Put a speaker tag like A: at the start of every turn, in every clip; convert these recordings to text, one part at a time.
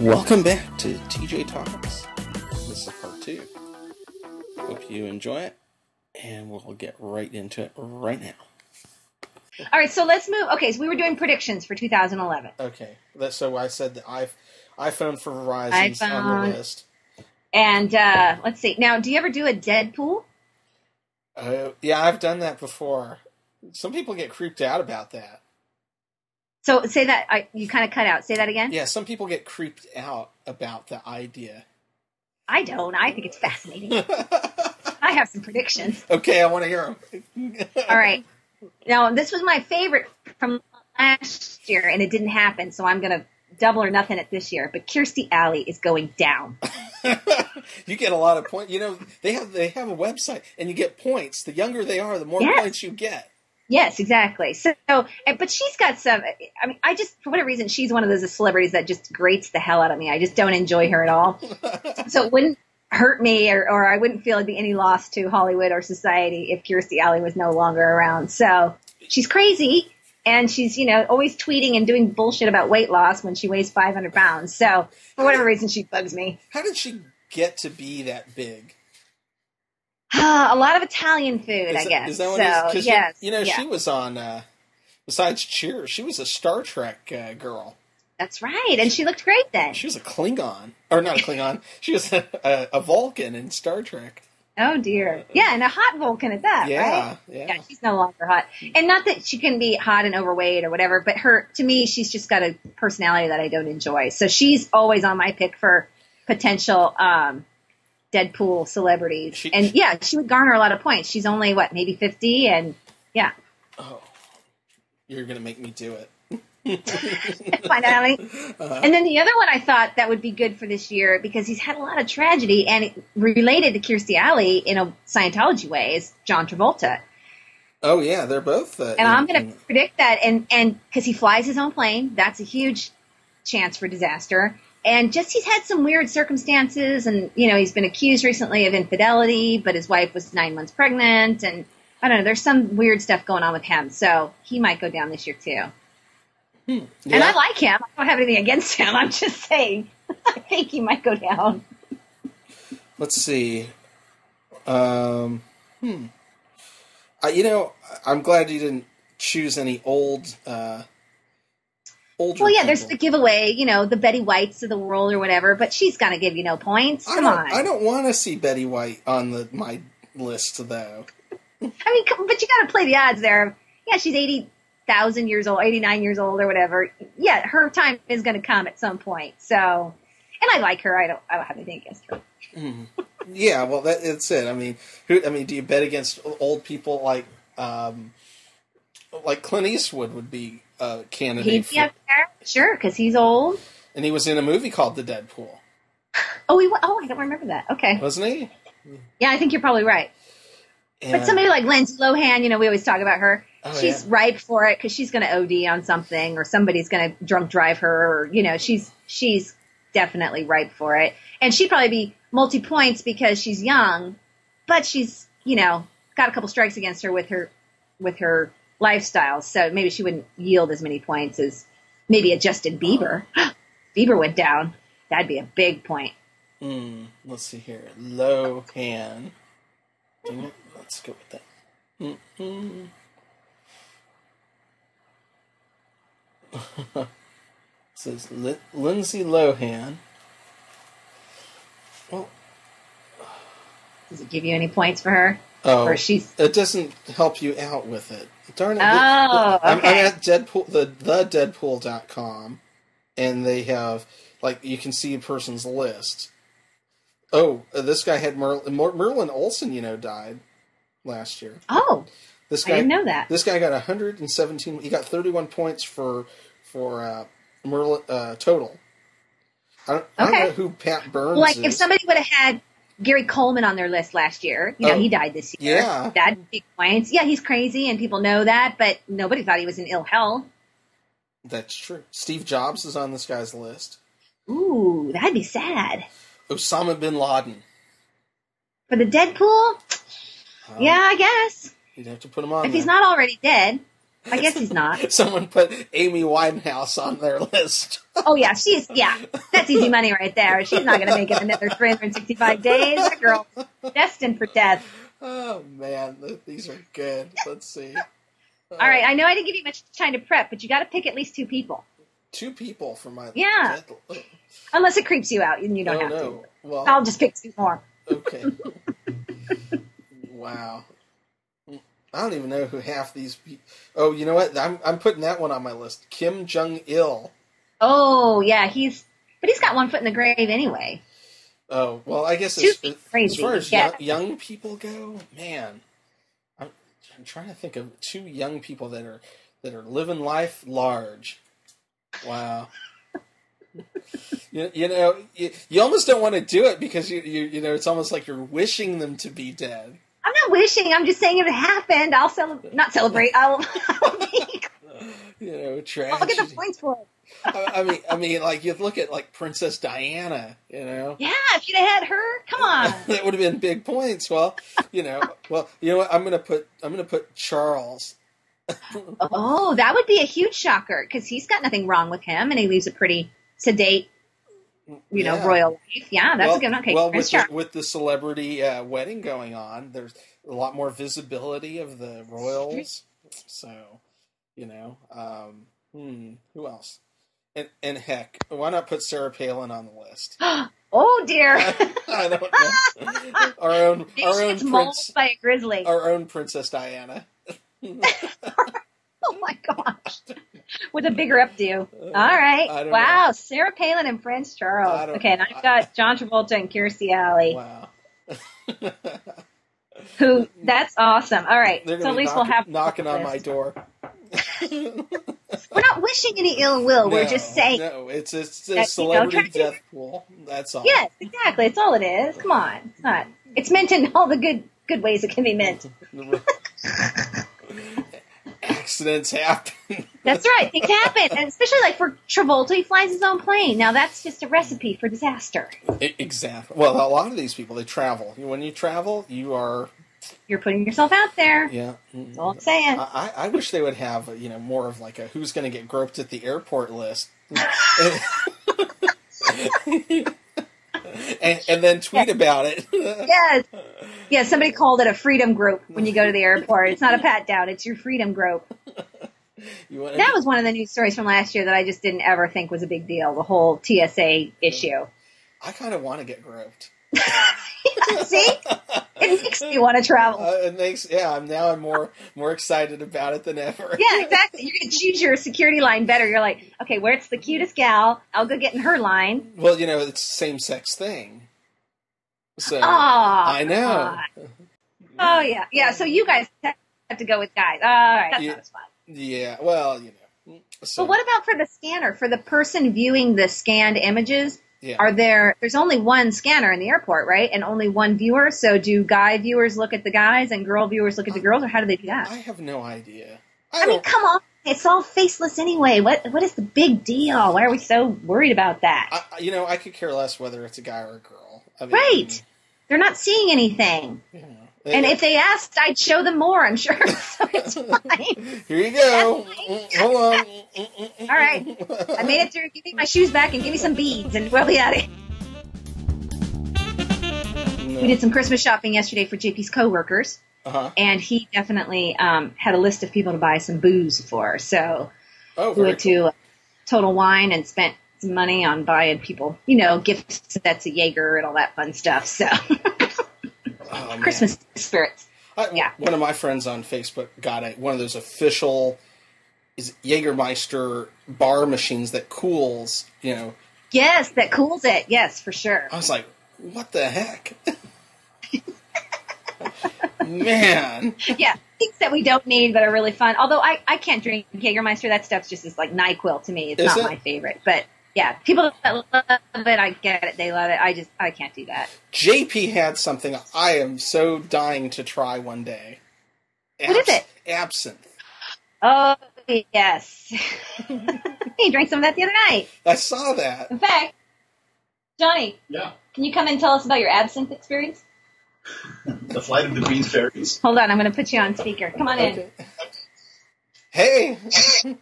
A: Welcome back to TJ Talks. This is part two. Hope you enjoy it, and we'll get right into it right now.
B: All right, so let's move. Okay, so we were doing predictions for 2011.
A: Okay, that's so I said the i iPhone for Verizon's
B: iPhone.
A: on the list.
B: And uh, let's see. Now, do you ever do a Deadpool?
A: Oh, yeah, I've done that before. Some people get creeped out about that.
B: So say that I, you kind of cut out. Say that again.
A: Yeah, some people get creeped out about the idea.
B: I don't. I think it's fascinating. I have some predictions.
A: okay, I want to hear them.
B: All right. Now, this was my favorite from last year, and it didn't happen. So I'm going to double or nothing it this year. But Kirstie Alley is going down.
A: you get a lot of points. You know, they have they have a website, and you get points. The younger they are, the more
B: Yes.
A: points you get.
B: Yes, exactly. So, and- but she's got some. I mean, I just for whatever reason, she's one of those celebrities that just grates the hell out of me. I just don't enjoy her at all. so it wouldn't hurt me, or, or I wouldn't feel it'd be any loss to Hollywood or society if Kirstie Alley was no longer around. So she's crazy, and she's you know always tweeting and doing bullshit about weight loss when she weighs 500 pounds. So for whatever reason, she bugs me.
A: How did she get to be that big?
B: a lot of Italian food,
A: Is
B: I
A: that-
B: guess.
A: Is that what
B: so
A: it is? 'Cause you-
B: yes,
A: you, know,
B: yeah.
A: she was on. Uh, besides Cheers, she was a Star Trek uh, girl.
B: that's right, and she looked great then.
A: She was a Klingon, or not a Klingon. she was a, a, a Vulcan in Star Trek.
B: Oh dear. Yeah, and a hot Vulcan at that,
A: Yeah,
B: right?
A: yeah.
B: she's no longer hot. And not that she can be hot and overweight or whatever, but her to me, she's just got a personality that I don't enjoy. So she's always on my pick for potential um Deadpool celebrities.
A: She-
B: and yeah, she would garner a lot of points. She's only what, maybe fifty and yeah.
A: You're gonna make me do it.
B: find out how many.
A: Uh-huh.
B: And then the other one I thought that would be good for this year because he's had a lot of tragedy and it related to Kirstie Alley in a Scientology way is John Travolta.
A: Oh yeah, they're both. Uh,
B: and I'm
A: in-
B: going to predict that. And and because he flies his own plane, that's a huge chance for disaster. And just he's had some weird circumstances, and you know he's been accused recently of infidelity, but his wife was nine months pregnant, and I don't know. There's some weird stuff going on with him, so he might go down this year too.
A: yeah.
B: And I like him. I don't have anything against him. I'm just saying, I think he might go down.
A: Let's see. Um, hmm. I, you know, I- I'm glad you didn't choose any old. Uh, older
B: Well, yeah, there's the
A: people.
B: giveaway, you know, the Betty Whites of the world or whatever, but she's gonna give you no points.
A: I
B: Come
A: don't-
B: on.
A: I don't want to see Betty White on the my list though.
B: I mean, come- but you got to play the odds there. Yeah, she's 80,000 years old, 89 years old or whatever. Yeah, her time is going to come at some point. So, and I like her. I don't I don't have anything against her.
A: Yeah, well, that, that's it. I mean, who? I mean, do you bet against old people like, um, like Clint Eastwood would be a
B: He'd
A: candidate,
B: be
A: for-
B: up there. Sure, cuz he's old.
A: and he was in a movie called The Deadpool,
B: Oh, he wa- Oh, I don't remember that. Okay.
A: wasn't he?
B: Yeah, I think you're probably right. But
A: And-
B: somebody like Lindsay Lohan, you know, we always talk about her.
A: Oh,
B: she's
A: yeah.
B: ripe for it because she's going to OD on something, or somebody's going to drunk drive her, or you know, she's she's definitely ripe for it, and she'd probably be multi points because she's young, but she's you know got a couple strikes against her with her with her lifestyle, so maybe she wouldn't yield as many points as maybe a Justin Bieber. Bieber went down, that'd be a big point.
A: Mm, let's see here. Lohan. You know, Let's go with that. Mm-mm. says Li- Lindsay Lohan. Oh, Well,
B: Does it give you any points for her?
A: oh,
B: Or she's
A: it doesn't help you out with it. Darn it.
B: Oh,
A: I'm, I'm
B: okay.
A: at Deadpool, the, the Deadpool.com, and they have, like, you can see a person's list. Oh, uh, this guy had Merlin, Mer- Merlin Olsen, you know, died last year.
B: oh,
A: This
B: I
A: guy,
B: didn't know that.
A: This guy got 117, he got 31 points for, for, uh, Merlin, uh, total. I don't, I don't
B: Okay.
A: know who Pat Burns
B: like if
A: is.
B: somebody would have had Gary Coleman on their list last year, you know,
A: Oh.
B: he died this year.
A: Yeah.
B: That'd be points. Yeah, he's crazy and people know that, but nobody thought he was in ill health.
A: That's true. Steve Jobs is on this guy's list.
B: Ooh, that'd be sad.
A: Osama bin Laden.
B: For the Deadpool?
A: Um,
B: yeah, I guess.
A: You'd have to put him on.
B: If he's
A: there.
B: not already dead. I guess he's not.
A: Someone put Amy Winehouse on their list.
B: Oh yeah, she's yeah. That's easy money right there. She's not going to make it another 365 days. That girl destined for death.
A: Oh man, th- these are good. Let's see. Uh,
B: All right, I know I didn't give you much time to prep, but you got to pick at least two people,
A: Two people for my
B: Yeah.
A: Dead,
B: unless it creeps you out and you
A: oh
B: don't have
A: no.
B: to.
A: Well,
B: I'll just pick two more.
A: okay. wow. I don't even know who half these. Pe- oh, you know what? I'm I'm putting that one on my list. Kim Jong Il.
B: Oh yeah, he's but he's got one foot in the grave anyway.
A: Oh well, I guess
B: Too
A: as, as
B: crazy,
A: far as
B: yeah.
A: young, young people go, man, I'm, I'm trying to think of two young people that are that are living life large. Wow. you, you know, you, you almost don't want to do it because you, you you know it's almost like you're wishing them to be dead.
B: I'm not wishing. I'm just saying if it happened, I'll celebrate. Not celebrate. I'll. I'll, be-
A: You know,
B: I'll
A: tragedy.
B: get the points for it.
A: I, I mean, I mean, like you look at like Princess Diana. You know,
B: Yeah, if you'd have had her, come on.
A: that would have been big points. Well, you know, well, you know what? I'm gonna put I'm gonna put Charles.
B: Oh, that would be a huge shocker because he's got nothing wrong with him, and he leaves a pretty sedate, you know,
A: Yeah.
B: royal life. Yeah, that's
A: well,
B: a good one. Okay,
A: Well,
B: Prince
A: with
B: Charles.
A: the, with the celebrity uh, wedding going on, there's a lot more visibility of the royals. So, you know, um, hmm, who else? And, and heck, why not put Sarah Palin on the list?
B: Oh dear,
A: I don't know. our own,
B: Maybe
A: our
B: she
A: own
B: gets mauled
A: prince,
B: by a grizzly.
A: our own Princess Diana.
B: Oh my gosh, with a bigger updo. All right,
A: Uh, I don't
B: wow, Sarah Palin and Prince
A: I
B: Charles.
A: don't-
B: Okay, and I've got John Travolta and Kirstie Alley.
A: Wow,
B: Who? That's awesome. All right, so
A: they're
B: at
A: gonna be
B: least
A: knock-
B: we'll have
A: knocking on my
B: list.
A: door.
B: We're not wishing any ill will. Oh, We're
A: No,
B: just saying
A: no. It's a, it's a
B: you know,
A: celebrity
B: try to-
A: death pool. That's all.
B: Yes, exactly. It's all it is. Come on, it's not. It's meant in all the good good ways it can be meant.
A: Accidents happen.
B: That's right. Things happen, and especially like for Travolta, he flies his own plane. Now that's just a recipe for disaster.
A: E-, exactly. Well, a lot of these people they travel. When you travel, you are
B: You're putting yourself out there.
A: yeah. mm.
B: That's all I'm saying.
A: I, I I wish they would have you know more of like a who's going to get groped at the airport list, and, and then tweet about it.
B: yes. Yeah, somebody called it a freedom group when you go to the airport. It's not a pat down, it's your freedom group.
A: you want
B: That was one of the news stories from last year that I just didn't ever think was a big deal, the whole TSA issue.
A: I kind of want to get groped.
B: See? It makes me want to travel.
A: Uh, it makes yeah. I'm now I'm more more excited about it than ever.
B: Yeah, exactly. You can choose your security line better. You're like, okay, where it's the cutest gal, I'll go get in her line.
A: Well, you know, it's same sex thing. So
B: Oh,
A: I know.
B: Oh yeah, yeah. So you guys have to go with guys. All right, that's
A: Yeah.
B: not as fun.
A: Yeah. Well, you know. Mm, So
B: But what about for the scanner? For the person viewing the scanned images,
A: yeah.
B: are there? There's only one scanner in the airport, right? And only one viewer. So do guy viewers look at the guys and girl viewers look at the girls, or how do they do that?
A: I have no idea. I,
B: I mean,
A: don't.
B: come on. It's all faceless anyway. What what is the big deal? Why are we so worried about that?
A: I, I- you know, I could care less whether it's a guy or a girl. I mean, eh,
B: Right. They're not seeing anything.
A: You know,
B: And if they asked, I'd show them more, I'm sure. So it's fine.
A: here you go. Mm, Hold on. Mm, mm,
B: All right. I made it through. Give me my shoes back and give me some beads, and we'll be at it. We
A: mm.
B: did some Christmas shopping yesterday for JP's coworkers,
A: Uh-huh.
B: and he definitely um, had a list of people to buy some booze for. So
A: Oh,
B: we
A: very
B: went to Total Wine and spent some money on buying people, you know, gift sets of Jaeger and all that fun stuff. So
A: cool. Oh, man.
B: Christmas spirits.
A: I-
B: yeah.
A: One of my friends on Facebook got a, one of those official is it Jägermeister bar machines that cools. You know,
B: Yes, that cools it. Yes, for sure.
A: I was like, what the heck? Man.
B: yeah, things that we don't need but are really fun. Although I, I can't drink Jägermeister. That stuff's just is like NyQuil to me. It's
A: Is
B: not
A: it?
B: my favorite. But yeah, people that love it, I get it. They love it. I just I can't do that.
A: JP had something I am so dying to try one day.
B: What is it?
A: Absinthe.
B: Oh yes, he drank some of that the other night.
A: I saw that.
B: In fact, Johnny,
C: Yeah,
B: can you come and tell us about your absinthe experience?
C: the flight of the Queen's Fairies.
B: Hold on, I'm going to put you on speaker. Come on in.
A: Okay. Hey,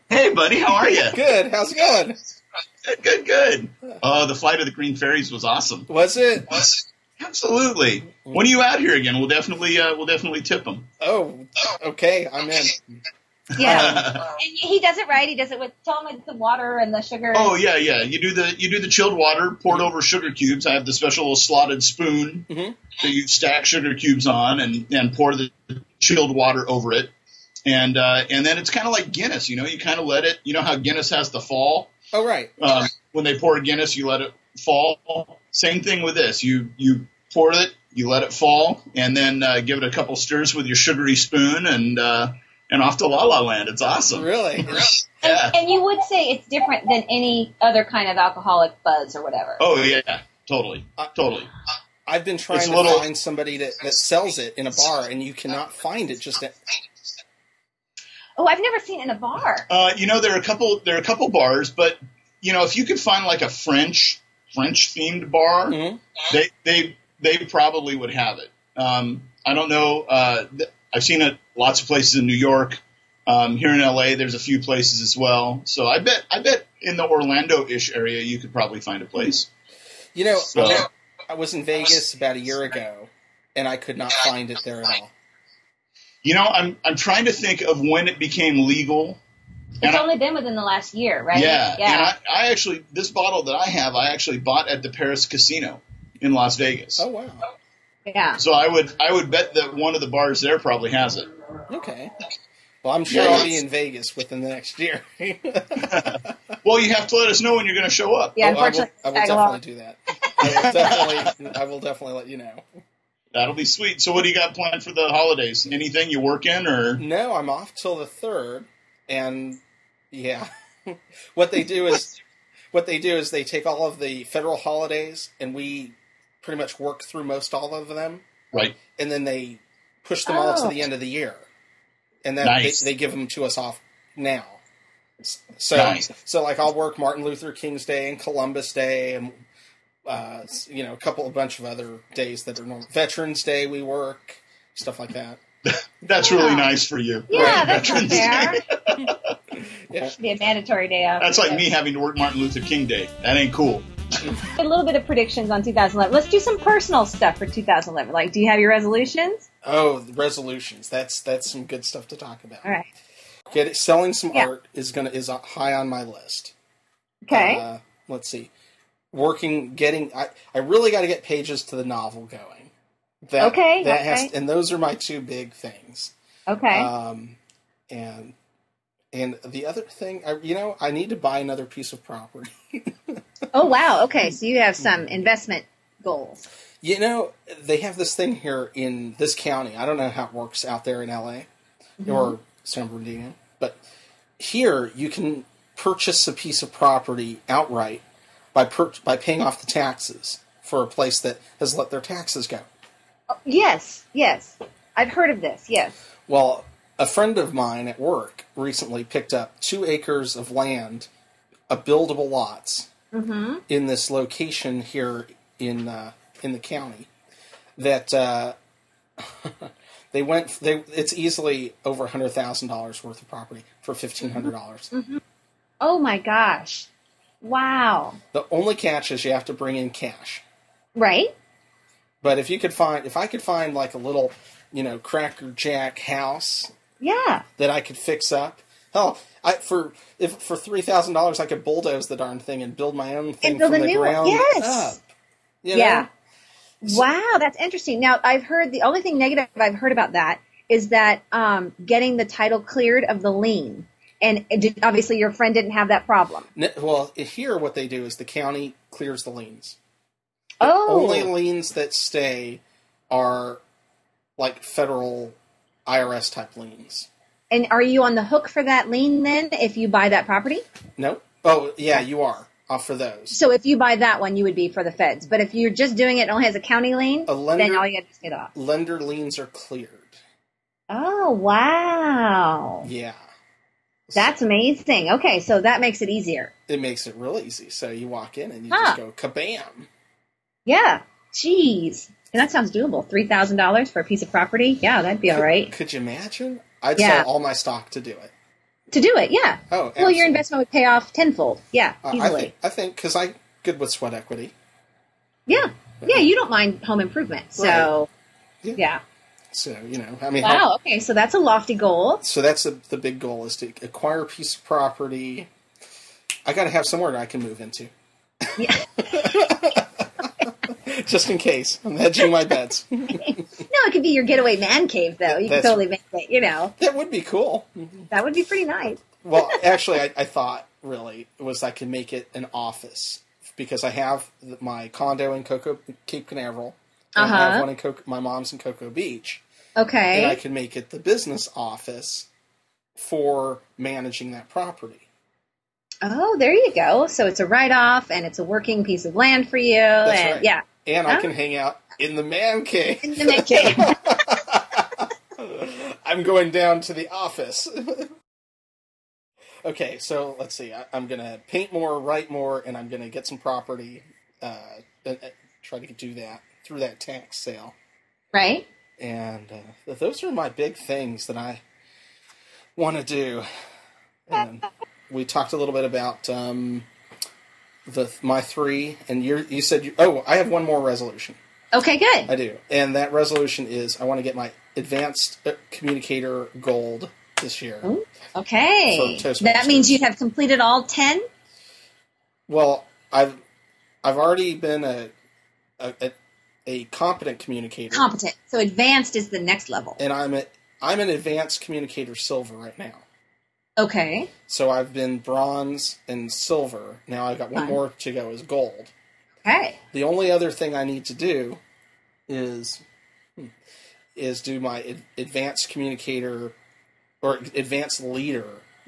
C: Hey, buddy, how are you?
A: good. How's it going?
C: Good, good, good. Oh, the flight of the Green Fairies was awesome.
A: Was it?
C: Absolutely. When are you out here again? We'll definitely, uh, we'll definitely tip them.
A: Oh, okay. I'm in.
B: Yeah. and he does it right. He does it with tell him with the water and the sugar.
C: Oh yeah, yeah. You do the you do the chilled water poured over sugar cubes. I have the special little slotted spoon
A: Mhm.
C: that you stack sugar cubes on and and pour the chilled water over it. And uh, and then it's kind of like Guinness. You know, you kind of let it. You know how Guinness has the fall
A: Oh, right.
C: um, when they pour Guinness, you let it fall. Same thing with this. You you pour it, you let it fall, and then uh, give it a couple stirs with your sugary spoon, and uh, and off to La La Land. It's awesome.
A: Really?
C: Yeah.
B: and, and you would say it's different than any other kind of alcoholic buzz or whatever.
C: Oh yeah, totally, totally.
A: I've been trying
C: It's a
A: to
C: little-
A: find somebody that, that sells it in a bar, and you cannot find it. Just at,
B: Oh, I've never seen it in a bar.
C: Uh, you know, there are a couple there are a couple bars, but you know, if you could find like a French French themed bar,
A: Mhm.
C: they they they probably would have it. Um, I don't know. Uh, th- I've seen it lots of places in New York. Um, here in LA, there's a few places as well. So I bet I bet in the Orlando-ish area, you could probably find a place.
A: you know,
C: So-
A: I, I was in Vegas about a year ago, and I could not find it there at all.
C: You know, I'm I'm trying to think of when it became legal
B: It's
C: and I-
B: only been within the last year, right?
C: Yeah, and
B: Yeah.
C: I, I actually this bottle that I have, I actually bought at the Paris Casino in Las Vegas.
A: Oh, wow.
B: yeah.
C: So I would I would bet that one of the bars there probably has it.
A: Okay. Well, I'm sure
C: Yeah,
A: I'll be
C: it's-
A: in Vegas within the next year.
C: Well, you have to let us know when you're going to show up.
A: Oh,
B: Yeah,
A: I will,
B: unfortunately,
A: I will
B: tag
A: definitely
B: along.
A: do that. I will definitely, I will definitely let you know.
C: That'll be sweet. So what do you got planned for the holidays? Anything you work in or
A: No, I'm off till the third, and yeah, what they do is what they do is they take all of the federal holidays, and we pretty much work through most all of them,
C: right?
A: and then they push them all to
B: Oh.
A: the end of the year, and then
C: Nice.
A: they, they give them to us off now. So,
C: Nice.
A: so like I'll work Martin Luther King's Day and Columbus Day, and uh, you know a couple, a bunch of other days that are normal. Veterans Day we work stuff like that.
C: That's really nice for you.
B: Yeah,
C: Right,
B: that's not
C: Veterans
B: fair.
C: Day.
A: Yeah.
B: Should be a mandatory day off.
C: That's like me having to work Martin Luther King Day. That ain't cool.
B: A little bit of predictions on 2011. Let's do some personal stuff for 2011. Like, do you have your resolutions?
A: Oh, the resolutions. That's that's some good stuff to talk about.
B: All right.
A: Get selling some
B: Yeah.
A: art is gonna is uh, high on my list.
B: Okay.
A: Uh, let's see. Working, getting. I I really got to get pages to the novel going. That,
B: Okay,
A: That has
B: okay.
A: and those are my two big things.
C: Uh,
B: okay.
A: Um, and and the other thing, I you know, I need to buy another piece of property.
B: oh, wow. Okay. So you have some
A: Mm-hmm.
B: investment goals.
A: You know, they have this thing here in this county. I don't know how it works out there in LA or San Bernardino, but here you can purchase a piece of property outright by per- by paying off the taxes for a place that has let their taxes go.
B: Oh, Yes. Yes. I've heard of this. Yes.
A: Well, a friend of mine at work recently picked up two acres of land, a buildable lots, in this location here in uh, in the county. That uh, they went. They it's easily over hundred thousand dollars worth of property for fifteen hundred dollars.
B: Oh, my gosh. Wow.
A: The only catch is you have to bring in cash.
B: Right?
A: But if you could find, if I could find like a little, you know, Cracker Jack house
B: Yeah.
A: that I could fix up. Hell, I for if for three thousand dollars I could bulldoze the darn thing and build my own thing
B: build
A: from
B: a
A: the
B: new one.
A: ground
B: Yes.
A: up. You
B: Yeah.
A: know?
B: Wow, that's interesting. Now, I've heard the only thing negative I've heard about that is that um, getting the title cleared of the lien. And it did, obviously, your friend didn't have that problem.
A: N- Well, here what they do is the county clears the liens.
B: Oh,
A: Only liens that stay are like federal IRS type liens.
B: and are you on the hook for that lien then if you buy that property?
A: No. Oh yeah, you are off for those.
B: So if you buy that one, you would be for the feds. But if you're just doing it and only has a county lien,
A: A lender-
B: then all you have to pay it off.
A: Lender liens are cleared.
B: Oh, wow.
A: Yeah,
B: That's amazing. Okay, so that makes it easier.
A: it makes it real easy. So you walk in and you just
B: Huh.
A: go kabam.
B: Yeah. Jeez. And that sounds doable. $3,000 for a piece of property? Yeah, that'd be all right.
A: Could you imagine? I'd
B: Yeah.
A: sell all my stock to do it.
B: to do it. Yeah.
A: Oh,
B: Well, your
A: absolutely.
B: investment would pay off tenfold. Yeah,
A: Uh, I
B: easily.
A: think I think because I'm good with sweat equity.
B: yeah. Yeah, you don't mind home improvement. So,
A: Right.
B: yeah.
A: So you know, I mean, how-
B: Wow. Okay. So that's a lofty goal.
A: so that's the the big goal is to acquire a piece of property. I got to have somewhere that I can move into,
B: Yeah.
A: just in case. I'm hedging my bets.
B: No, it could be your getaway man cave, though. You could
A: That's-
B: totally make it. You know,
A: that would be cool.
B: that would be pretty nice.
A: Well, actually, I, I thought really was I could make it an office because I have th- my condo in Cocoa Cape Canaveral. and I
B: Uh-huh.
A: have one in Cocoa, my mom's in Cocoa Beach,
B: Okay.
A: and I could make it the business office for managing that property.
B: oh, there you go. So it's a write off, and it's a working piece of land for you. and
A: right.
B: yeah,
A: and I
B: Huh?
A: can hang out in the man cave.
B: in the man cave.
A: I'm going down to the office. okay, so let's see. I, I'm gonna paint more, write more, and I'm gonna get some property. Uh, and, uh, try to do that through that tax sale.
B: right.
A: And uh, th- those are my big things that I want to do. And we talked a little bit about um, the my three, and you you said you, oh I have one more resolution.
B: Okay. Good.
A: I do. And that resolution is I want to get my advanced uh, communicator gold this year.
B: Ooh. Okay.
A: For Toastmasters.
B: That means you'd have completed all ten.
A: Well, I've I've already been a a, a, a competent communicator,
B: Competent. So advanced is the next level.
A: and I'm a, I'm an advanced communicator silver right now.
B: Okay.
A: So I've been bronze and silver. Now I've got one
B: Fine.
A: more to go as gold.
B: Okay.
A: The only other thing I need to do is hmm, is do my ad- advanced communicator or advanced leader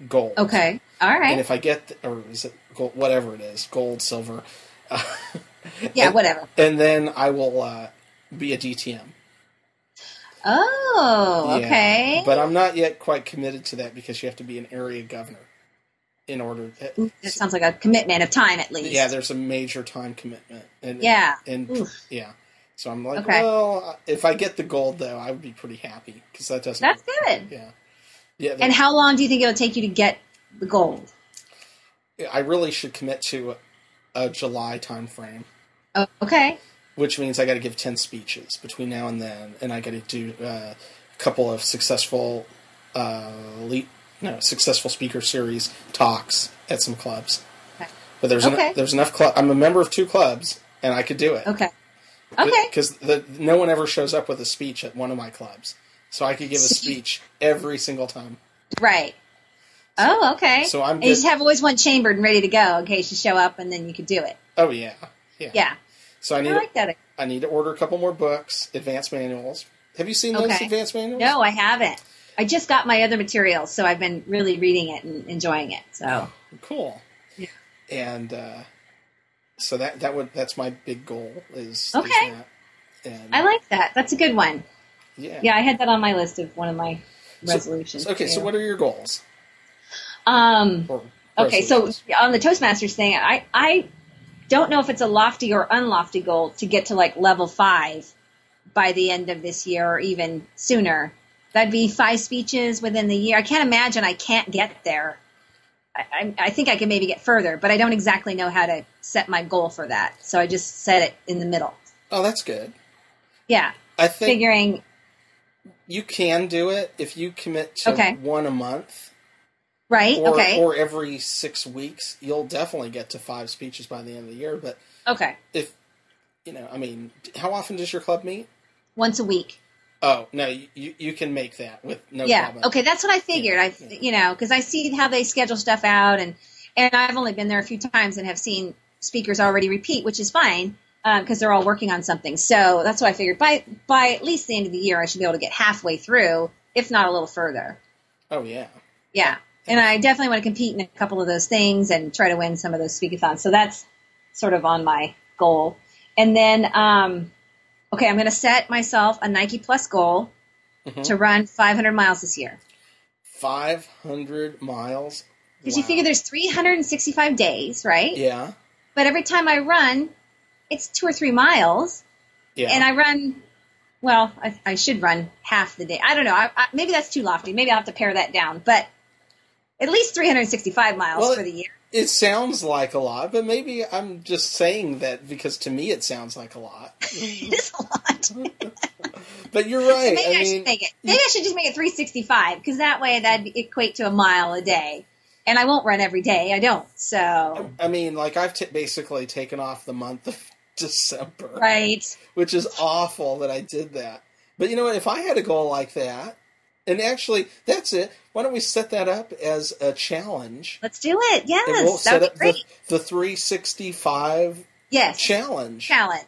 A: gold.
B: Okay. All
A: and
B: right.
A: if I get th- or is it gold, whatever it is, gold, silver,
B: yeah. Whatever.
A: and then I will uh, be a DTM.
B: Oh.
A: Yeah.
B: Okay.
A: But I'm not yet quite committed to that because you have to be an area governor in order. eh,
B: Ooh, that sounds like a commitment of time, at least.
A: yeah, there's a major time commitment. And,
B: Yeah.
A: and
B: Oof.
A: yeah. So I'm like,
B: Okay.
A: well, if I get the gold though, I would be pretty happy because that doesn't.
B: That's good.
A: Yeah. Yeah.
B: And how long do you think it'll take you to get the gold?
A: I really should commit to a July time frame.
B: Oh, okay.
A: which means I got to give ten speeches between now and then, and I got to do uh, a couple of successful, uh, le- no, successful speaker series talks at some clubs.
B: Okay.
A: But there's
B: Okay.
A: en- there's enough club. I'm a member of two clubs, and I could do it.
B: Okay. Okay.
A: Because no one ever shows up with a speech at one of my clubs, so I could give a speech every single time.
B: Right. Oh, okay.
A: So I'm
B: And you
A: good-
B: just have always one chambered and ready to go in case you show up, and then you could do it.
A: Oh yeah, yeah.
B: Yeah.
A: So I need
B: I like that.
A: I need to order a couple more books, advanced manuals. Have you seen those
B: Okay.
A: advanced manuals?
B: No, I haven't. I just got my other materials, so I've been really reading it and enjoying it. So
A: Cool.
B: Yeah.
A: And uh, so that that would that's my big goal is is
B: Okay.
A: that. And
B: I like that. That's a good one.
A: yeah.
B: Yeah, I had that on my list of one of my
A: So-
B: resolutions.
A: Okay, so
B: too.
A: what are your goals?
B: Um,
A: Or
B: Okay, so
A: resolutions?
B: on the Toastmasters thing, I I don't know if it's a lofty or unlofty goal to get to like level five by the end of this year or even sooner. That'd be five speeches within the year. I can't imagine I can't get there. I, I, I think I can maybe get further, but I don't exactly know how to set my goal for that. So I just set it in the middle.
A: oh, that's good.
B: Yeah,
A: I think
B: figuring.
A: you can do it if you commit to
B: Okay.
A: one a month
B: Right.
A: or
B: okay.
A: or every six weeks. You'll definitely get to five speeches by the end of the year. But
B: okay.
A: if you know, I mean, how often does your club meet?
B: Once a week.
A: Oh no, you you can make that with no
B: yeah.
A: problem.
B: Okay, that's what I figured. I,
A: Yeah.
B: you know, because I see how they schedule stuff out, and and I've only been there a few times and have seen speakers already repeat, which is fine because they're all working on something. So that's what I figured. By by at least the end of the year, I should be able to get halfway through, if not a little further.
A: Oh yeah.
B: Yeah. And I definitely want to compete in a couple of those things and try to win some of those speakathons. So that's sort of on my goal. And then, um, okay, I'm going to set myself a Nike Plus goal
A: Mhm.
B: to run 500 miles this year.
A: Five hundred miles.
B: Because you
A: Wow.
B: figure there's 365 days, right?
A: Yeah.
B: But every time I run, it's two or three miles,
A: Yeah.
B: and I run. Well, I, I should run half the day. I don't know. I, I, maybe that's too lofty. Maybe I'll have to pare that down. But at least 365 miles
A: Well,
B: for the year.
A: It sounds like a lot, but maybe I'm just saying that because to me it sounds like a lot.
B: It is a lot.
A: But you're right.
B: Maybe I,
A: I mean,
B: should make it. Maybe I should just make it 365 because that way that'd equate to a mile a day, and I won't run every day. I don't. So
A: I mean, like I've t- basically taken off the month of December,
B: right.
A: which is awful that I did that. But you know what? If I had a goal like that, and actually that's it. Why don't we set that up as a challenge?
B: Let's do it.
A: and we'll
B: Yes,
A: set
B: that'd
A: up
B: be great.
A: the, the 365
B: yes,
A: challenge,
B: challenge.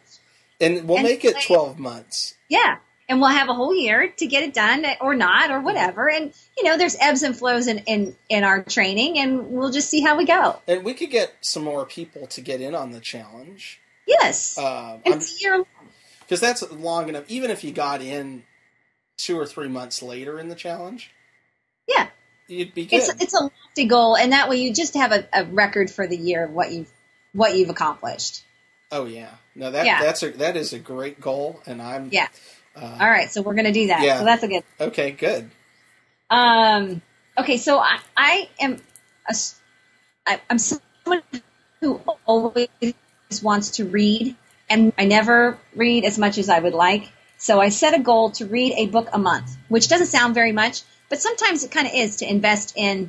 A: and we'll
B: And
A: make it
B: play-
A: 12 months.
B: Yeah. And we'll have a whole year to get it done or not or whatever.
A: Mm-hmm.
B: And, you know, there's ebbs and flows in, in, in our training and we'll just see how we go.
A: And we could get some more people to get in on the challenge.
B: Yes.
A: Um,
B: and it's a year long.
A: because that's long enough. Even if you got in two or three months later in the challenge,
B: Yeah.
A: you'd be good.
B: It's, it's a lofty goal. And that way you just have a, a record for the year of what you've, what you've accomplished.
A: oh yeah, no that
B: Yeah.
A: that's a that is a great goal, and I'm
B: Yeah.
A: uh,
B: All right. So we're going to do that.
A: Yeah.
B: So that's a good,
A: okay, good.
B: um, okay. So I, I am, a s I, I'm someone who always wants to read, and I never read as much as I would like. So I set a goal to read a book a month, which doesn't sound very much, but sometimes it kind of is to invest in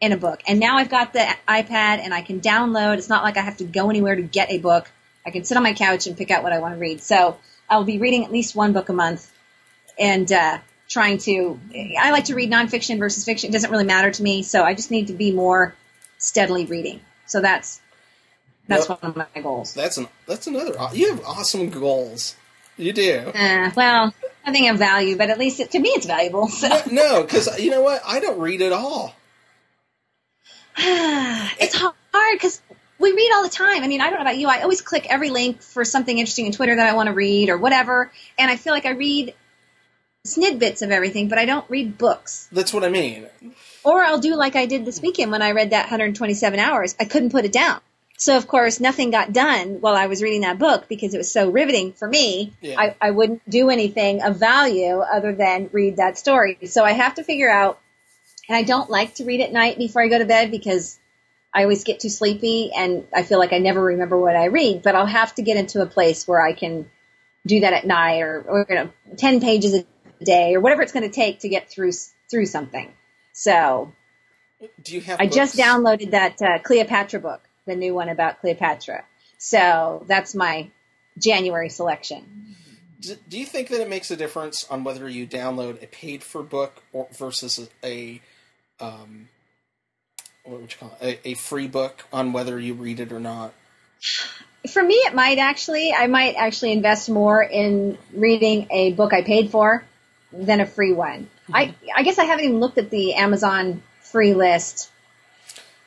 B: in a book. And now I've got the iPad and I can download. It's not like I have to go anywhere to get a book. I can sit on my couch and pick out what I want to read. So I'll be reading at least one book a month and uh, trying to. I like to read nonfiction versus fiction. It doesn't really matter to me, so I just need to be more steadily reading. So that's that's
A: Yep.
B: one of my goals.
A: That's an that's another. aw- You have awesome goals. You do.
B: Uh, well, nothing of value, but at least it, to me, it's valuable. So
A: no, because you know what? I don't read at all.
B: it's hard because we read all the time. I mean, I don't know about you. I always click every link for something interesting in Twitter that I want to read or whatever, and I feel like I read snidbits of everything, but I don't read books.
A: That's what I mean.
B: Or I'll do like I did this weekend when I read that 127 hours. I couldn't put it down. So of course nothing got done while I was reading that book because it was so riveting for me.
A: Yeah.
B: I, I wouldn't do anything of value other than read that story. So I have to figure out and I don't like to read at night before I go to bed because I always get too sleepy and I feel like I never remember what I read, but I'll have to get into a place where I can do that at night or, or you know, 10 pages a day or whatever it's going to take to get through through something. So
A: Do you have?
B: I just
A: books?
B: downloaded that uh, Cleopatra book, the new one about Cleopatra. So that's my January selection.
A: D- do you think that it makes a difference on whether you download a paid for book or versus a um what would you call it? A, a free book on whether you read it or not
B: For me, it might actually, I might actually invest more in reading a book I paid for than a free one.
A: Hmm.
B: I, I guess I haven't even looked at the Amazon free list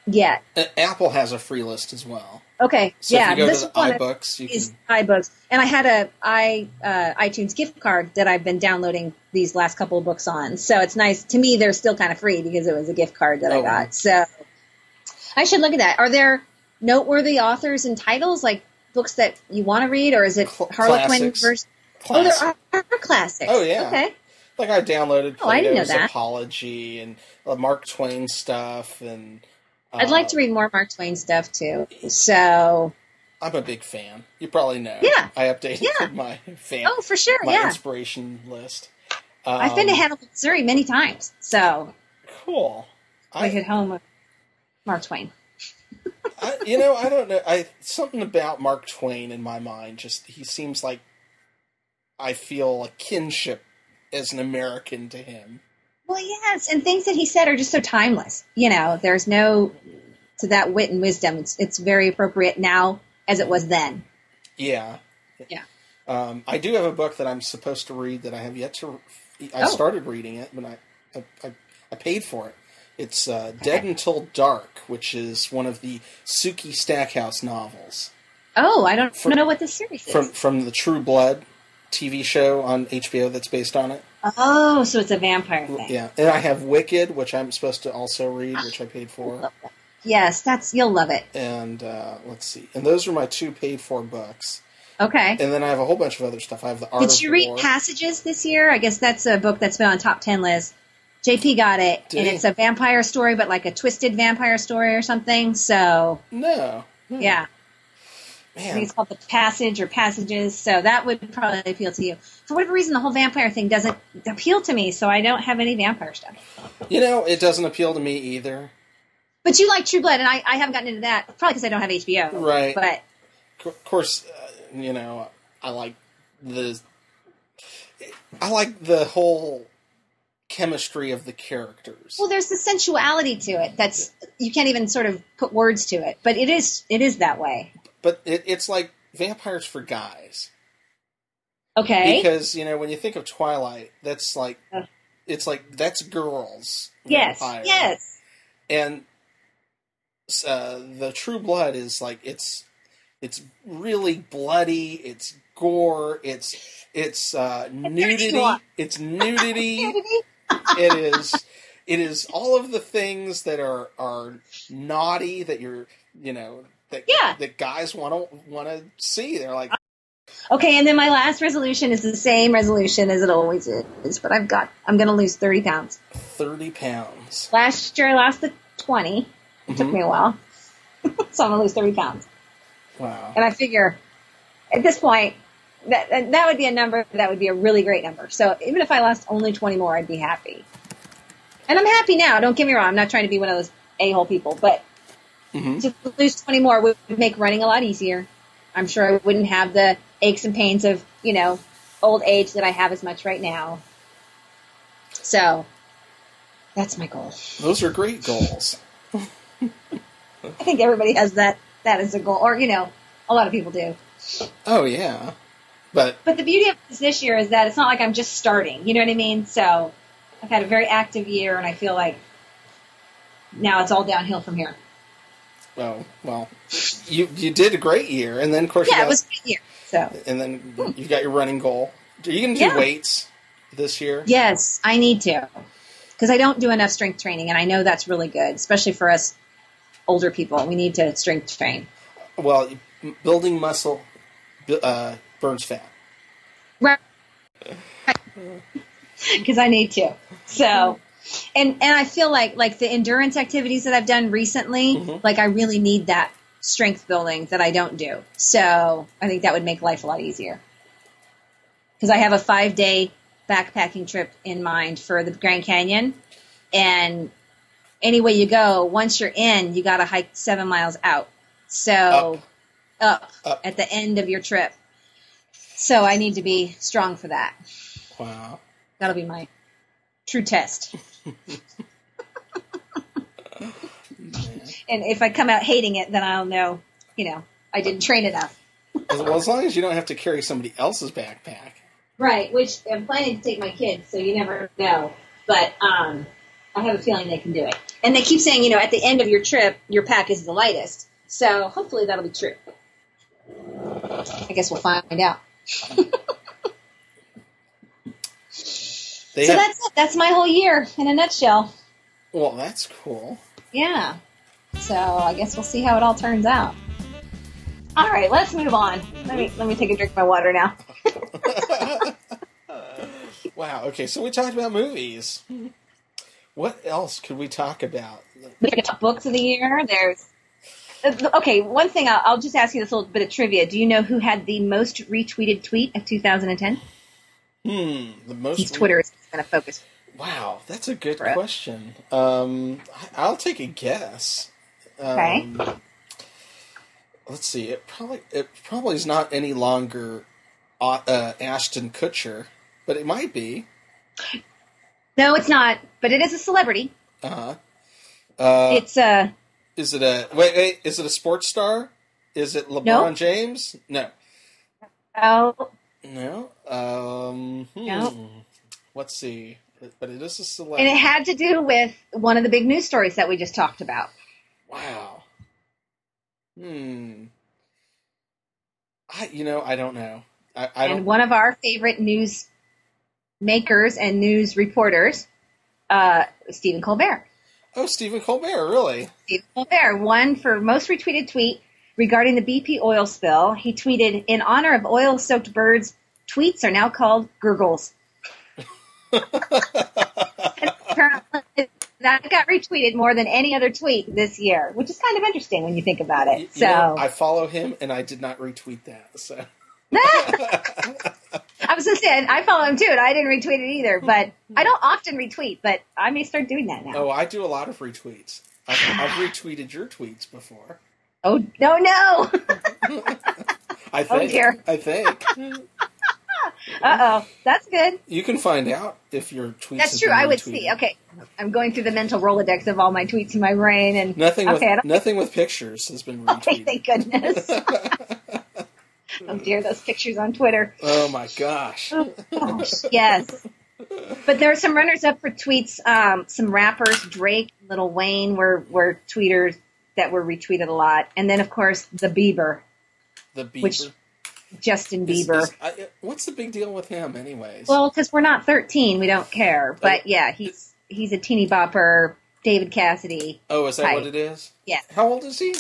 B: yet.
A: A- apple has a free list as well
B: Okay,
A: so
B: yeah,
A: if you go
B: this
A: to the
B: one
A: ibooks you
B: is
A: can
B: iBooks, and I had a i uh, iTunes gift card that I've been downloading these last couple of books on. So it's nice to me. They're still kind of free because it was a gift card that
A: Oh.
B: I got. So I should look at that. Are there noteworthy authors and titles like books that you want to read, or is it
A: Cl-
B: Harlequin
A: classics.
B: versus?
A: class.
B: Oh, there are classics.
A: Oh, yeah.
B: Okay.
A: like i downloaded
B: Oh, I didn't know
A: plato's
B: that.
A: apology and uh, mark twain stuff and uh,
B: I'd like to read more Mark Twain stuff too. So
A: i'm a big fan you probably know
B: Yeah.
A: i updated
B: Yeah.
A: my fan
B: oh, for sure,
A: my
B: yeah.
A: inspiration list
B: I've been to
A: Um,
B: Hannibal, Missouri many times, so
A: cool
B: I hit home with Mark Twain.
A: I, you know, I don't know. I something about Mark Twain in my mind. Just he seems like I feel a kinship as an American to him.
B: Well, yes, and things that he said are just so timeless. You know, there's no to that wit and wisdom. It's it's very appropriate now as it was then.
A: Yeah.
B: Yeah.
A: Um, I do have a book that I'm supposed to read that I have yet to. I
B: Oh.
A: started reading it, but I I, I, I paid for it. It's uh, Dead Until Dark, which is one of the Suki Stackhouse novels
B: Oh, I don't
A: From-
B: know what this series is.
A: from from the True Blood TV show on HBO that's based on it.
B: oh, so it's a vampire thing.
A: Yeah, and I have Wicked, which I'm supposed to also read, which I paid for.
B: Yes, that's you'll love Ah. it.
A: And uh, let's see, and those are my two paid for books.
B: Okay.
A: And then I have a whole bunch of other stuff. I have the Art
B: Did
A: of
B: you read
A: War.
B: Passages this year? I guess that's a book that's been on top ten list. JP got it,
A: Dang.
B: and it's a vampire story, but like a twisted vampire story or something. So
A: No. No.
B: yeah, I think
A: Man.
B: it's called the Passage or Passages. So that would probably appeal to you. For whatever reason, the whole vampire thing doesn't appeal to me, so I don't have any vampire stuff.
A: You know, it doesn't appeal to me either.
B: But you like True Blood, and I, I haven't gotten into that probably because I don't have HBO.
A: Right.
B: But
A: C- Of course, uh, you know, I like the I like the whole chemistry of the characters.
B: well, there's the sensuality to it that's you can't even sort of put words to it. But it is it is that way.
A: but it, it's like vampires for guys
B: Okay.
A: because you know when you think of Twilight, that's like
B: Ugh.
A: it's like that's girls.
B: yes.
A: vampire.
B: Yes.
A: and uh, the True Blood is like it's it's really bloody. It's gore. It's it's uh, nudity.
B: gore.
A: It's nudity. it is it is all of the things that are are naughty that you're you know that
B: Yeah.
A: that guys want to want to see. They're like
B: Okay, and then my last resolution is the same resolution as it always is, but I've got I'm gonna lose thirty pounds.
A: thirty pounds.
B: Last year I lost the twenty. It took
A: Mhm.
B: me a while. so I'm gonna lose thirty pounds.
A: Mm-hmm. Wow.
B: And I figure at this point that that that would be a number that would be a really great number. So even if I lost only 20 more, I'd be happy. And I'm happy now. Don't get me wrong. I'm not trying to be one of those a-hole people, but
A: Mhm.
B: to lose 20 more would make running a lot easier. I'm sure I wouldn't have the aches and pains of, you know, old age that I have as much right now. So that's my goal.
A: Those are great goals.
B: I think everybody has that that as a goal or you know, a lot of people do.
A: Oh yeah, but
B: But the beauty of this this year is that it's not like I'm just starting. You know what I mean? So I've had a very active year, and I feel like now it's all downhill from here.
A: well, well, you you did a great year, and then of course
B: Yeah,
A: you got,
B: it was a good year. So
A: and then you got your running goal. Are you going to do
B: Yeah.
A: weights this year?
B: yes, I need to because I don't do enough strength training, and I know that's really good, especially for us older people. We need to strength train.
A: Well, m- building muscle bu- uh, burns fat.
B: Right. Because I need to. So, and and I feel like like the endurance activities that I've done recently,
A: Mhm.
B: like I really need that strength building that I don't do. So I think that would make life a lot easier. Because I have a five day backpacking trip in mind for the Grand Canyon, and any way you go, once you're in, you got to hike seven miles out. So up,
A: Up.
B: at the end of your trip. So I need to be strong for that.
A: Wow.
B: That'll be my true test. and if I come out hating it, then I'll know, you know, I didn't train enough.
A: As- Well, as long as you don't have to carry somebody else's backpack.
B: Right, which I'm planning to take my kids, so you never know. But um, I have a feeling they can do it. And they keep saying, you know, at the end of your trip, your pack is the lightest. So hopefully that'll be true. I guess we'll find out.
A: They
B: So
A: have,
B: that's it. That's my whole year in a nutshell.
A: well, that's cool.
B: Yeah. So I guess we'll see how it all turns out. All right, let's move on. Let me let me take a drink of my water now.
A: Wow. Okay, so we talked about movies. What else could we talk about?
B: We got books of the year. There's uh, okay. One thing I'll, I'll just ask you this little bit of trivia. Do you know who had the most retweeted tweet of 2010?
A: Hmm. The most
B: Twitter is going to focus.
A: Wow, that's a good
B: Brett?
A: question. Um, I- I'll take a guess.
B: Okay.
A: Um, Let's see. It probably it probably is not any longer uh, uh, Ashton Kutcher, but it might be.
B: No, it's not. But it is a celebrity.
A: Uh-huh. Uh
B: it's uh
A: Is it a wait? Wait, is it a sports star? Is it LeBron
B: No.
A: James? No,
B: oh
A: no. Um, hmm.
B: No.
A: Let's see. But it is a
B: and
A: celebrity.
B: it had to do with one of the big news stories that we just talked about.
A: Wow. Hmm. I you know I don't know. I, I
B: and
A: don't.
B: one of our favorite news makers and news reporters, uh, Stephen Colbert.
A: Oh, Stephen Colbert, really?
B: Stephen Colbert won for most retweeted tweet regarding the BP oil spill. He tweeted, "In honor of oil-soaked birds, tweets are now called gurgles." Apparently, that got retweeted more than any other tweet this year, which is kind of interesting when you think about
A: You
B: it. So
A: know, I follow him, and I did not retweet that. So
B: I was gonna say I I follow him too, and I didn't retweet it either. But I don't often retweet, but I may start doing that now.
A: oh, I do a lot of retweets. I've, I've retweeted your tweets before.
B: Oh, no, no.
A: I think.
B: Oh, dear.
A: I think
B: Uh oh, that's good.
A: you can find out if your tweets.
B: That's
A: have
B: true.
A: been
B: I would
A: retweeted.
B: see. Okay, I'm going through the mental rolodex of all my tweets in my brain, and
A: Nothing
B: Okay, I
A: with
B: don't-
A: nothing with pictures has been
B: okay,
A: retweeted.
B: thank goodness. oh dear, those pictures on Twitter.
A: Oh my gosh!
B: Yes. But there are some runners up for tweets. Um, some rappers, Drake, Little Wayne, were were tweeters that were retweeted a lot, and then of course the Bieber,
A: The Bieber.
B: Which Justin
A: Is-
B: Bieber.
A: is- I- what's the big deal with him, anyways?
B: Well, because we're not 13, we don't care. But yeah, he's he's a teeny bopper. David Cassidy.
A: oh, is that
B: hi.
A: what it is?
B: Yeah.
A: How old is he?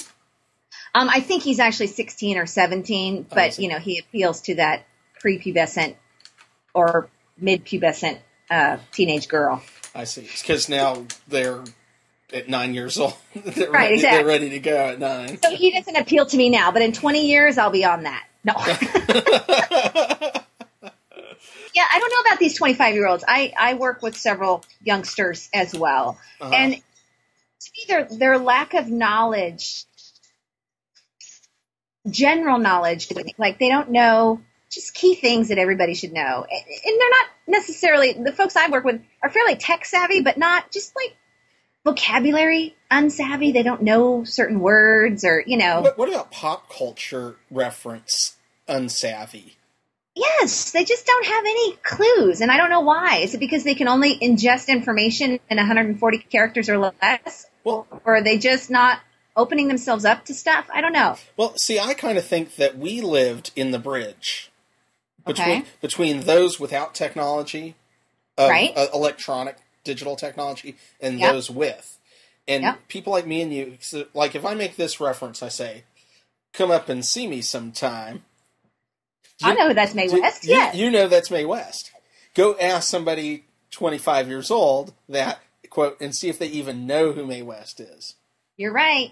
B: Um, I think he's actually 16 or 17,
A: I
B: but
A: see.
B: you know he appeals to that prepubescent or mid-pubescent uh, teenage girl.
A: I see. Because now they're at nine years old. they're,
B: Right,
A: ready,
B: exactly.
A: they're ready to go at nine.
B: So he doesn't appeal to me now, but in 20 years I'll be on that. No. yeah, I don't know about these 25 year olds. I, I work with several youngsters as well.
A: Uh-huh.
B: And to me, their, their lack of knowledge, general knowledge, like they don't know just key things that everybody should know. And and they're not necessarily, the folks I work with are fairly tech savvy, but not just like vocabulary unsavvy. They don't know certain words or, you know.
A: What, what about pop culture reference unsavvy?
B: Yes, they just don't have any clues, and I don't know why. Is it because they can only ingest information in 140 characters or less,
A: Well,
B: or are they just not opening themselves up to stuff? I don't know.
A: well, see, I kind of think that we lived in the bridge between
B: Okay.
A: between those without technology, of,
B: Right.
A: uh, electronic digital technology, and
B: Yep.
A: those with. And
B: Yep.
A: people like me and you, so, like if I make this reference, I say, "Come up and see me sometime."
B: I know who that's Mae
A: Do-
B: West.
A: you,
B: yes,
A: you know that's Mae West. Go ask somebody 25 years old that quote and see if they even know who Mae West is.
B: you're right.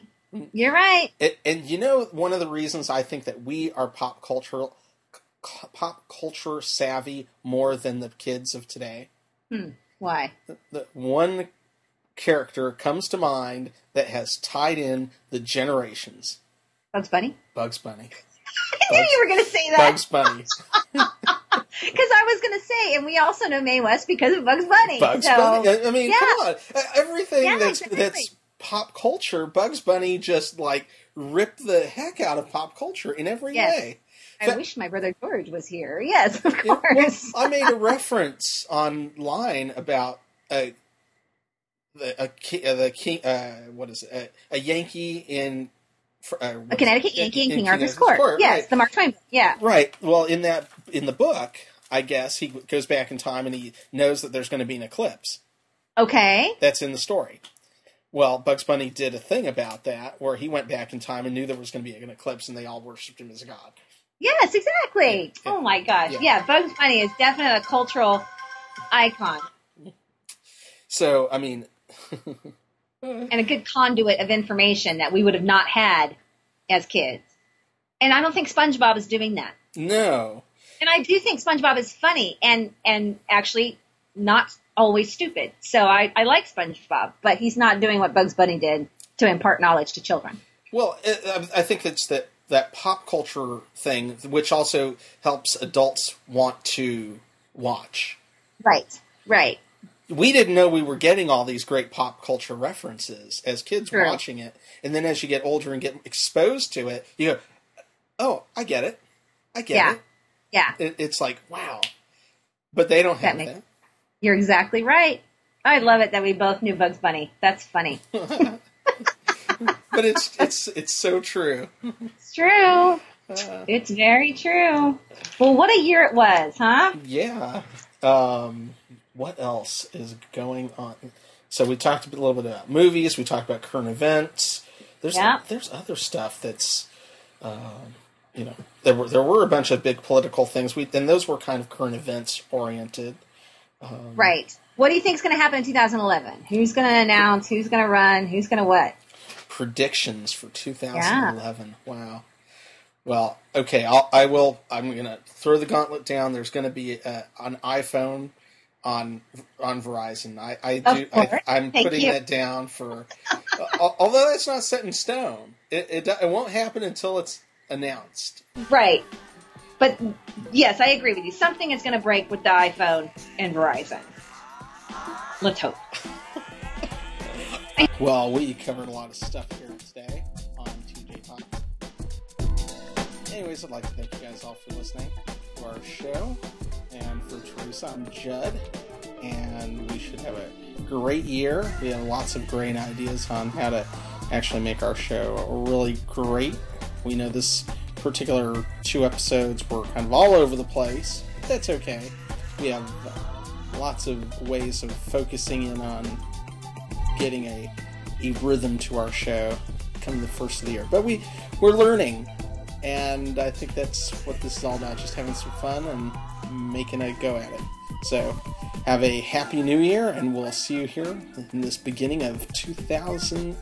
B: You're right.
A: And, and you know one of the reasons I think that we are pop culture c- pop culture savvy more than the kids of today.
B: Why?
A: The one character comes to mind that has tied in the generations.
B: Bugs Bunny?
A: Bugs Bunny.
B: I knew you were going to say that
A: Bugs Bunny.
B: because I was going to say, and we also know Mae West because of Bugs Bunny.
A: Bugs
B: so,
A: Bunny. I- I mean,
B: yeah.
A: come on. E- Everything
B: Yeah,
A: that's
B: exactly.
A: that's pop culture, Bugs Bunny just like ripped the heck out of pop culture in every
B: Yes.
A: way.
B: I wish my brother George was here. Yes, of
A: It- well,
B: course.
A: I made a reference online about a the a, ki- uh, the king uh, what is it a, a Yankee in fr- uh,
B: A Connecticut Yankee and
A: in
B: King Arthur's
A: Connecticut's
B: Court. yes,
A: right.
B: the Mark Twain. Yeah.
A: Right. Well, in that in the book, I guess he goes back in time and he knows that there's going to be an eclipse.
B: Okay.
A: That's in the story. Well, Bugs Bunny did a thing about that where he went back in time and knew there was going to be an eclipse and they all worshipped him as a god.
B: Yes, exactly.
A: Yeah.
B: Oh my gosh.
A: Yeah.
B: Yeah. Bugs Bunny is definitely a cultural icon
A: So, I mean, Mm-hmm.
B: and a good conduit of information that we would have not had as kids. And I don't think SpongeBob is doing that.
A: no.
B: And I do think SpongeBob is funny and and actually not always stupid. So I, I like SpongeBob, but he's not doing what Bugs Bunny did to impart knowledge to children.
A: Well, I I- I think it's that that pop culture thing which also helps adults want to watch.
B: Right. Right.
A: We didn't know we were getting all these great pop culture references as kids
B: True.
A: watching it. And then as you get older and get exposed to it, you go, "Oh, I get it. I get
B: Yeah.
A: it."
B: Yeah.
A: it, it's like wow but they don't have
B: That
A: that,
B: makes- You're exactly right. I love it that we both knew Bugs Bunny. That's funny.
A: but it's it's it's so true
B: It's true.
A: Uh,
B: It's very true. Well, what a year it was, huh?
A: yeah um what else is going on so we talked a little bit about movies we talked about current events there's
B: Yeah.
A: there's other stuff that's um you know there were there were a bunch of big political things we and those were kind of current events oriented
B: Right. What do you think's going to happen in 2011? Who's going to announce? Who's going to run? Who's going to what?
A: predictions for 2011. Wow. Well, okay, I'll, I will. I'm gonna throw the gauntlet down. There's gonna be uh an iPhone on on Verizon. I, I
B: Of
A: do. I,
B: course.
A: I'm
B: Thank
A: putting
B: you.
A: that down for. al- although that's not set in stone, it, it do- it won't happen until it's announced.
B: Right. But yes, I agree with you. Something is going to break with the iPhone and Verizon. Let's hope.
A: Well, we covered a lot of stuff here today on TJ Time. Anyways, I'd like to thank you guys all for listening to our show. And for Teresa, I'm Judd. And we should have a great year. We have lots of great ideas on how to actually make our show really great. We know this particular two episodes were kind of all over the place. But that's okay. We have uh, lots of ways of focusing in on getting a, a rhythm to our show come the first of the year. But we we're learning, and I think that's what this is all about: just having some fun and making a go at it. So, have a happy new year, and we'll see you here in this beginning of 2011.